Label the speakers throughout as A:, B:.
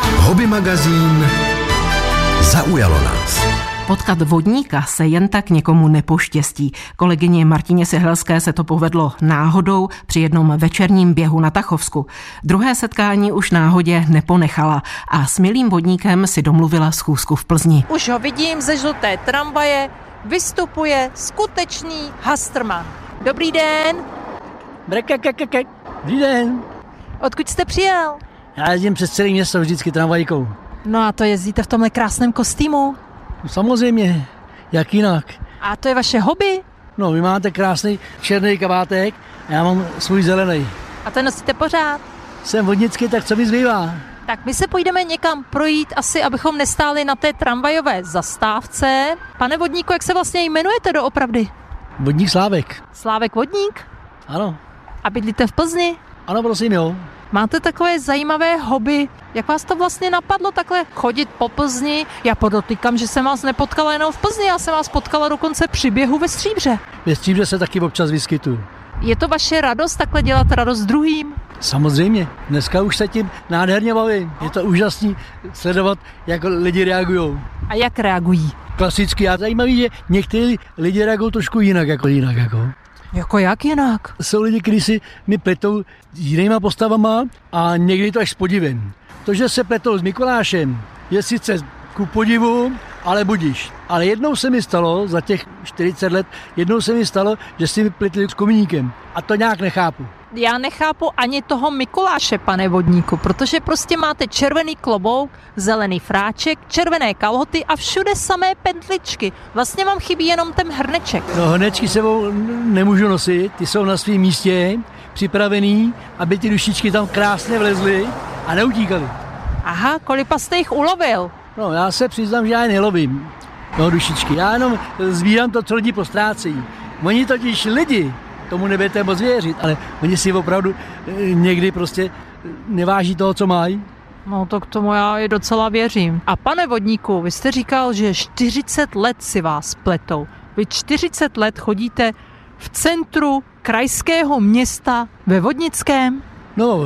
A: Hobby magazín zaujalo nás.
B: Potkat vodníka se jen tak někomu nepoštěstí. Kolegyně Martině Sihelské se to povedlo náhodou při jednom večerním běhu na Tachovsku. Druhé setkání už náhodě neponechala a s milým vodníkem si domluvila schůzku v Plzni.
C: Už ho vidím ze žluté tramvaje, vystupuje skutečný Hastrman. Dobrý den,
D: Brekakakakak. Dobrý den.
C: odkud jste přijel?
D: Já jezdím přes celý město vždycky tramvajkou.
C: No a to jezdíte v tomhle krásném kostýmu.
D: No Samozřejmě, jak jinak.
C: A to je vaše hobby?
D: No, vy máte krásný černý kabátek a já mám svůj zelený.
C: A to nosíte pořád.
D: Jsem vodnický, tak co mi zbývá?
C: Tak my se půjdeme někam projít asi, abychom nestáli na té tramvajové zastávce. Pane Vodníku, jak se vlastně jmenujete doopravdy?
D: Vodník Slávek.
C: Slávek Vodník?
D: Ano.
C: A bydlíte v Plzni?
D: Ano, prosím, jo.
C: Máte takové zajímavé hobby. Jak vás to vlastně napadlo takhle chodit po Plzni? Já podotýkám, že jsem vás nepotkala jenom v Plzni, já jsem vás potkala dokonce při běhu ve Stříbře.
D: Ve stříbře se taky občas vyskytu.
C: Je to vaše radost takhle dělat radost druhým?
D: Samozřejmě, dneska už se tím nádherně bavím. Je to úžasný sledovat, jak lidi reagují.
C: A jak reagují?
D: Klasicky, a zajímavý, že někteří lidi reagují trošku jinak, jako jinak, jako.
C: Jako jak jinak?
D: jsou lidi, kteří si mi pletou s jinýma postavama a někdy to až s podivem. To, že se pletou s Mikulášem, je sice ku podivu, ale budíš. Ale jednou se mi stalo, za těch 40 let, jednou se mi stalo, že si mi pletli s komíníkem. A to nějak nechápu.
C: Já nechápu ani toho Mikuláše, pane vodníku, protože prostě máte červený klobouk, zelený fráček, červené kalhoty a všude samé pendličky. Vlastně vám chybí jenom ten hrneček.
D: No hnečky sebou n- nemůžu nosit, ty jsou na svém místě, připravený, aby ty dušičky tam krásně vlezly a neutíkaly.
C: Aha, kolipa jste jich ulovil?
D: No, já se přiznám, že já je nelovím. No, dušičky, já jenom sbírám to, co lidi postrácejí. Oni totiž lidi, tomu nebudete moc věřit, ale oni si opravdu eh, někdy prostě eh, neváží toho, co mají.
C: No to k tomu já i docela věřím. A pane vodníku, vy jste říkal, že 40 let si vás pletou. Vy 40 let chodíte v centru krajského města ve Vodnickém.
D: No,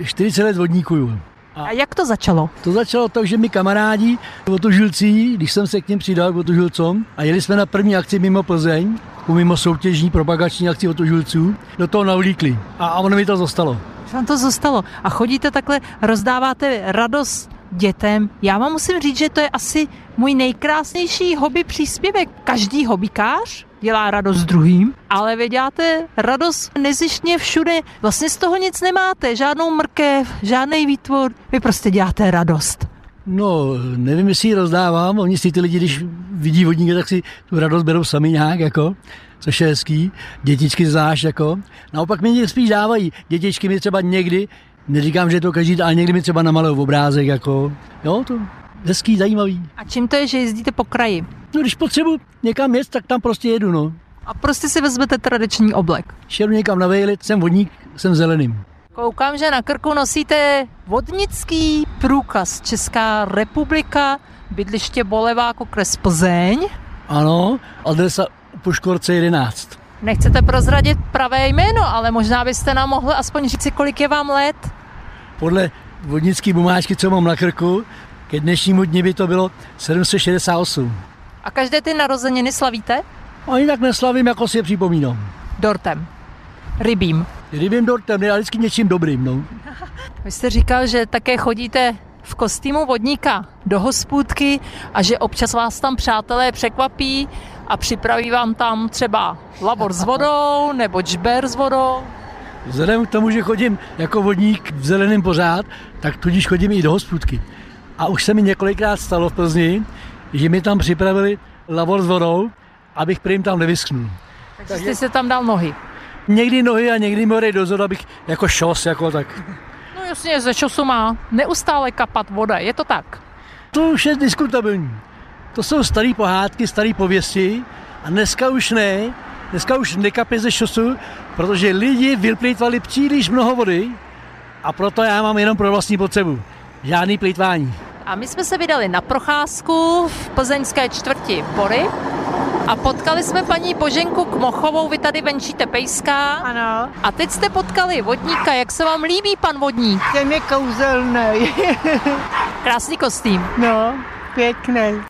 D: eh, 40 let vodníkuju.
C: A jak to začalo?
D: To začalo tak, že mi kamarádi otužilcí, když jsem se k ním přidal k otužilcům a jeli jsme na první akci mimo Plzeň, tu mimo soutěžní propagační akci otužilců, do toho navlíkli a, a ono mi to zostalo.
C: Už Vám to zostalo. A chodíte takhle, rozdáváte radost dětem. Já vám musím říct, že to je asi můj nejkrásnější hobby příspěvek. Každý hobbykář dělá radost druhým, ale vy děláte radost nezištně všude. Vlastně z toho nic nemáte, žádnou mrkev, žádný výtvor. Vy prostě děláte radost.
D: No, nevím, jestli ji rozdávám. Oni si ty lidi, když vidí vodníka, tak si tu radost berou sami nějak, jako, což je hezký. Dětičky znáš, jako. Naopak mi někdy spíš dávají. Dětičky mi třeba někdy, neříkám, že je to každý, ale někdy mi třeba namalou obrázek, jako. Jo, to hezký, zajímavý.
C: A čím to je, že jezdíte po kraji?
D: No, když potřebuji někam jet, tak tam prostě jedu, no.
C: A prostě si vezmete tradiční oblek.
D: Šeru někam na vejli, jsem vodník, jsem zeleným.
C: Koukám, že na krku nosíte vodnický průkaz Česká republika, bydliště Bolevák, okres Plzeň.
D: Ano, adresa Puškorce 11.
C: Nechcete prozradit pravé jméno, ale možná byste nám mohli aspoň říci, kolik je vám let.
D: Podle vodnické bumáčky, co mám na krku, ke dnešnímu dni by to bylo 768.
C: A každé ty narozeniny slavíte?
D: Ani tak neslavím, jako si je připomínám.
C: Dortem. Rybím.
D: Rybím dortem, ne, ale vždycky něčím dobrým, no.
C: Vy jste říkal, že také chodíte v kostýmu vodníka do hospůdky a že občas vás tam přátelé překvapí a připraví vám tam třeba labor s vodou nebo džber s vodou.
D: Vzhledem k tomu, že chodím jako vodník v zeleném pořád, tak tudíž chodím i do hospůdky. A už se mi několikrát stalo v Plzni, že mi tam připravili lavor s vodou, abych prým tam nevyschnul.
C: Takže jste se tam dal nohy.
D: Někdy nohy a někdy morej dozor, abych jako šos, jako tak.
C: No jasně, ze času má neustále kapat voda, je to tak.
D: To už je diskutabilní. To jsou staré pohádky, staré pověsti a dneska už ne. Dneska už nekapě ze šosu, protože lidi vyplýtvali příliš mnoho vody a proto já mám jenom pro vlastní potřebu. Žádný plýtvání.
C: A my jsme se vydali na procházku v plzeňské čtvrti Bory a potkali jsme paní Boženku Kmochovou, vy tady venčíte pejská.
E: Ano,
C: A teď jste potkali vodníka, jak se vám líbí pan vodník?
E: ten je kouzelný.
C: Krásný kostým.
E: No, pěkný.